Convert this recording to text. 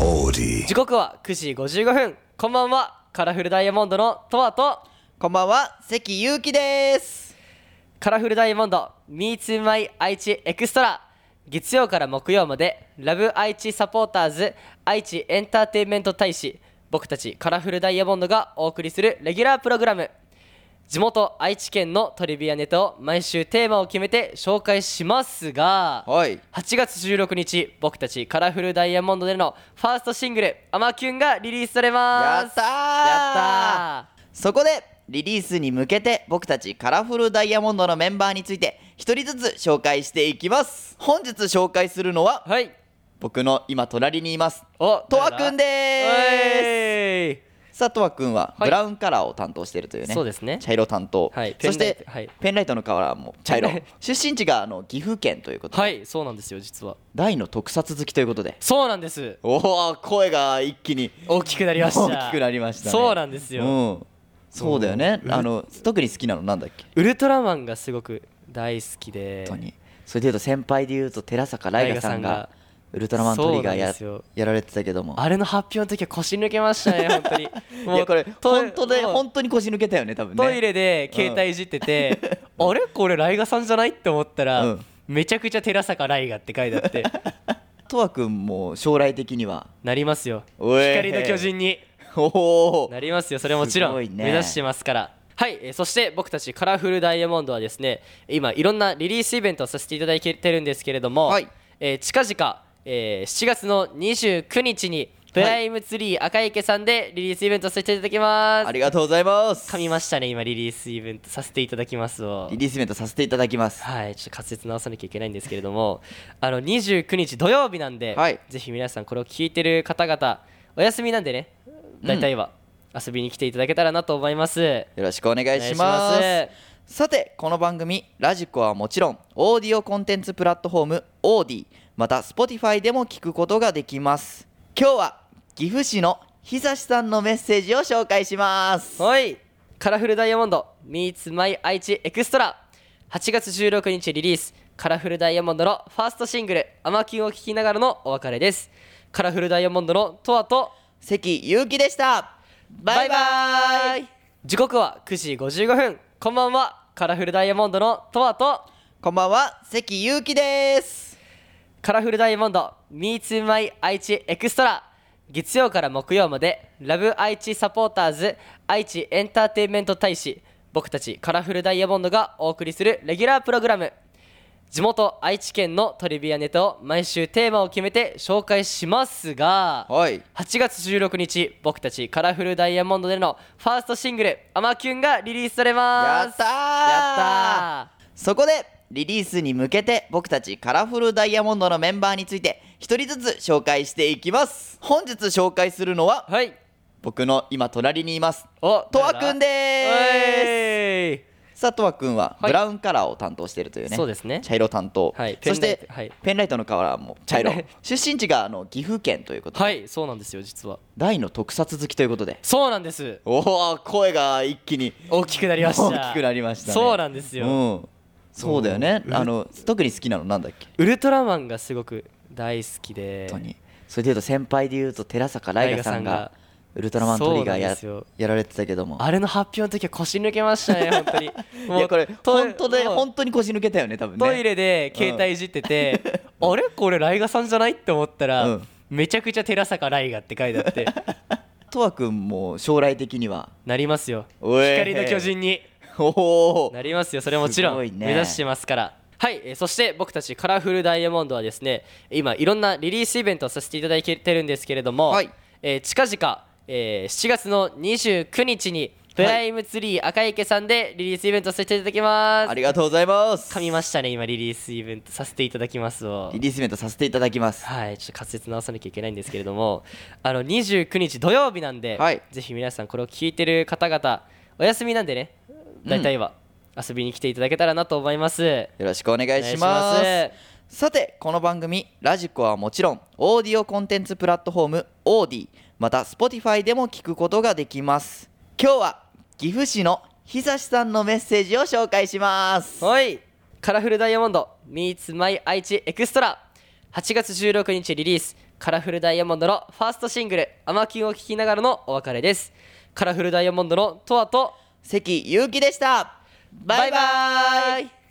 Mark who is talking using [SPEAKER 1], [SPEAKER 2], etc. [SPEAKER 1] オーディ
[SPEAKER 2] 時刻は9時55分こんばんはカラフルダイヤモンドのトワと
[SPEAKER 3] こんばんは、関ゆうきです。
[SPEAKER 2] カラフルダイヤモンド Meets My 愛知エクストラ月曜から木曜までラブ愛知サポーターズ愛知エンターテインメント大使僕たちカラフルダイヤモンドがお送りするレギュラープログラム地元愛知県のトリビアネタを毎週テーマを決めて紹介しますが
[SPEAKER 3] はい。
[SPEAKER 2] 8月16日僕たちカラフルダイヤモンドでのファーストシングル「アマキュン」がリリースされます
[SPEAKER 3] やったー
[SPEAKER 2] やったー
[SPEAKER 3] そこで、リリースに向けて僕たちカラフルダイヤモンドのメンバーについて一人ずつ紹介していきます。本日紹介するのは、
[SPEAKER 2] はい
[SPEAKER 3] 僕の今隣にいます。
[SPEAKER 2] お
[SPEAKER 3] とわくんで。
[SPEAKER 2] です
[SPEAKER 3] さあ、とわくんは
[SPEAKER 2] はい
[SPEAKER 3] ブラウンカラーを担当しているというね。
[SPEAKER 2] そうですね
[SPEAKER 3] 茶色担当。
[SPEAKER 2] はい
[SPEAKER 3] そし
[SPEAKER 2] ペンラ
[SPEAKER 3] て
[SPEAKER 2] イトはい、
[SPEAKER 3] ペンライトのカラーも茶 色
[SPEAKER 2] ペンライ。
[SPEAKER 3] 出身地があの岐阜県ということで、
[SPEAKER 2] はいそうなんですよ実は
[SPEAKER 3] 大の特撮好きということで。
[SPEAKER 2] そうなんです
[SPEAKER 3] おお、声が一気に。
[SPEAKER 2] 大きくなりました
[SPEAKER 3] 大きくなりましたね
[SPEAKER 2] そうなんですよ、
[SPEAKER 3] うん、そうだよねあの特に好きなのなんだっけ
[SPEAKER 2] ウルトラマンがすごく大好きで
[SPEAKER 3] 本当にそれでいうと先輩でいうと寺坂ライガさ
[SPEAKER 2] ラ
[SPEAKER 3] ん
[SPEAKER 2] イガさんが
[SPEAKER 3] がウルトラマントリガ
[SPEAKER 2] そ
[SPEAKER 3] ー
[SPEAKER 2] うなんで
[SPEAKER 3] や
[SPEAKER 2] すよ
[SPEAKER 3] やられてたけども
[SPEAKER 2] あれの発表の時は腰抜けました ね本当に
[SPEAKER 3] いやこれ
[SPEAKER 2] と
[SPEAKER 3] 本当で
[SPEAKER 2] もう
[SPEAKER 3] 本当に腰抜けたよね多分ね
[SPEAKER 2] トイレで携帯いじってて、あれこれライガさんじゃないって思ったら、
[SPEAKER 3] うん
[SPEAKER 2] めちゃくちゃ寺坂ライガって書いてあって
[SPEAKER 3] とわくんも将来的には
[SPEAKER 2] なりますよ
[SPEAKER 3] おえ
[SPEAKER 2] 光の巨人に
[SPEAKER 3] おお
[SPEAKER 2] なりますよそれはもちろ
[SPEAKER 3] す
[SPEAKER 2] ん、
[SPEAKER 3] ごいね
[SPEAKER 2] 目指してますからはい、えーそして僕たちカラフルダイヤモンドはですね今いろんなリリースイベントをさせていただいてるんですけれども、
[SPEAKER 3] はい
[SPEAKER 2] えー近々、えー7月の29日にプライムツリー赤池さんでリリースイベントさせていただきます、
[SPEAKER 3] ありがとうございます
[SPEAKER 2] 噛みましたね今リリースイベントさせていただきますを
[SPEAKER 3] リリースイベントさせていただきます
[SPEAKER 2] はい、ちょっと滑舌直さなきゃいけないんですけれども、 あの29日土曜日なんで、
[SPEAKER 3] はい
[SPEAKER 2] ぜひ皆さん、これを聞いてる方々、お休みなんでね、大体は遊びに来ていただけたらなと思います。
[SPEAKER 3] よろしくお願いし
[SPEAKER 2] お
[SPEAKER 3] ま
[SPEAKER 2] 願い
[SPEAKER 3] す
[SPEAKER 2] し
[SPEAKER 3] さてこの番組ラジコはもちろんオーディオコンテンツプラットフォームオーディまた Spotify でも聞くことができます今日は岐阜市のひさしさんのメッセージを紹介します
[SPEAKER 2] はい、カラフルダイヤモンド Meets My 愛知エクストラ8月16日リリースカラフルダイヤモンドのファーストシングル「アマキュン」を聴きながらのお別れですカラフルダイヤモンドのとわと
[SPEAKER 3] 関ゆうきでしたバイバイ
[SPEAKER 2] 時刻は9時55分こんばんはカラフルダイヤモンドのとわと
[SPEAKER 3] こんばんは関ゆうきです
[SPEAKER 2] カラフルダイヤモンド Meets My 愛知エクストラ月曜から木曜までラブ愛知サポーターズ愛知エンターテインメント大使僕たちカラフルダイヤモンドがお送りするレギュラープログラム地元愛知県のトリビアネタを毎週テーマを決めて紹介しますが
[SPEAKER 3] はい
[SPEAKER 2] 8月16日僕たちカラフルダイヤモンドでのファーストシングル「アマキュン」がリリースされます
[SPEAKER 3] やったー
[SPEAKER 2] やったー
[SPEAKER 3] そこでリリースに向けて僕たちカラフルダイヤモンドのメンバーについて一人ずつ紹介していきます本日紹介するのは
[SPEAKER 2] はい
[SPEAKER 3] 僕の今隣にいます
[SPEAKER 2] お
[SPEAKER 3] とわくんで
[SPEAKER 2] ーす
[SPEAKER 3] すさあとわくんは
[SPEAKER 2] はい
[SPEAKER 3] ブラウンカラーを担当しているというね、
[SPEAKER 2] そうですね
[SPEAKER 3] 茶色担当、
[SPEAKER 2] はい
[SPEAKER 3] そし
[SPEAKER 2] ペンライ
[SPEAKER 3] て、
[SPEAKER 2] トはい
[SPEAKER 3] ペンライトのカラーも茶色出身地があの岐阜県ということで、
[SPEAKER 2] はいそうなんですよ実は
[SPEAKER 3] 大の特撮好きということで
[SPEAKER 2] そうなんです
[SPEAKER 3] おお声が一気に
[SPEAKER 2] 大きくなりました
[SPEAKER 3] 大きくなりましたね
[SPEAKER 2] そうなんですよ、
[SPEAKER 3] うん、そうだよねあの特に好きなのなんだっけ
[SPEAKER 2] ウルトラマンがすごく大好きで
[SPEAKER 3] 本当にそれでいうと先輩でいうと寺坂ライガさん
[SPEAKER 2] ライガさんが
[SPEAKER 3] がウルトラマント
[SPEAKER 2] そ
[SPEAKER 3] リガー
[SPEAKER 2] うなん
[SPEAKER 3] や
[SPEAKER 2] ですよ
[SPEAKER 3] やられてたけども
[SPEAKER 2] あれの発表の時は腰抜けましたね本当に
[SPEAKER 3] いやこれ
[SPEAKER 2] トイ
[SPEAKER 3] 本当で
[SPEAKER 2] もう
[SPEAKER 3] 本当に腰抜けたよね多分ね
[SPEAKER 2] トイレで携帯いじってて、あれこれライガさんじゃないって思ったら、
[SPEAKER 3] うん
[SPEAKER 2] めちゃくちゃ寺坂ライガって書いてあって
[SPEAKER 3] とわくんも将来的には
[SPEAKER 2] なりますよ
[SPEAKER 3] おえ
[SPEAKER 2] 光の巨人に
[SPEAKER 3] おお
[SPEAKER 2] なりますよそれはもちろ
[SPEAKER 3] す
[SPEAKER 2] ん、
[SPEAKER 3] ごいね
[SPEAKER 2] 目指してますからはい、えーそして僕たちカラフルダイヤモンドはですね今いろんなリリースイベントをさせていただいてるんですけれども、
[SPEAKER 3] はい
[SPEAKER 2] えー近々、えー7月の29日にプライムツリー赤池さんでリリースイベントさせていただきます、
[SPEAKER 3] ありがとうございます
[SPEAKER 2] 噛みましたね今リリースイベントさせていただきますを
[SPEAKER 3] リリースイベントさせていただきます
[SPEAKER 2] はい、ちょっと滑舌直さなきゃいけないんですけれども、 あの29日土曜日なんで、
[SPEAKER 3] はい
[SPEAKER 2] ぜひ皆さん、これを聞いてる方々、お休みなんでね、大体は遊びに来ていただけたらなと思います。
[SPEAKER 3] よろしくお願いし
[SPEAKER 2] お
[SPEAKER 3] ま
[SPEAKER 2] 願いします
[SPEAKER 3] さてこの番組ラジコはもちろんオーディオコンテンツプラットフォームオーディまた Spotify でも聞くことができます今日は岐阜市のひさしさんのメッセージを紹介します
[SPEAKER 2] はい、カラフルダイヤモンド Meets My 愛知エクストラ8月16日リリースカラフルダイヤモンドのファーストシングル「アマキュン」を聴きながらのお別れですカラフルダイヤモンドのとわと
[SPEAKER 3] 関ゆうきでしたバイバイ
[SPEAKER 2] バイバイ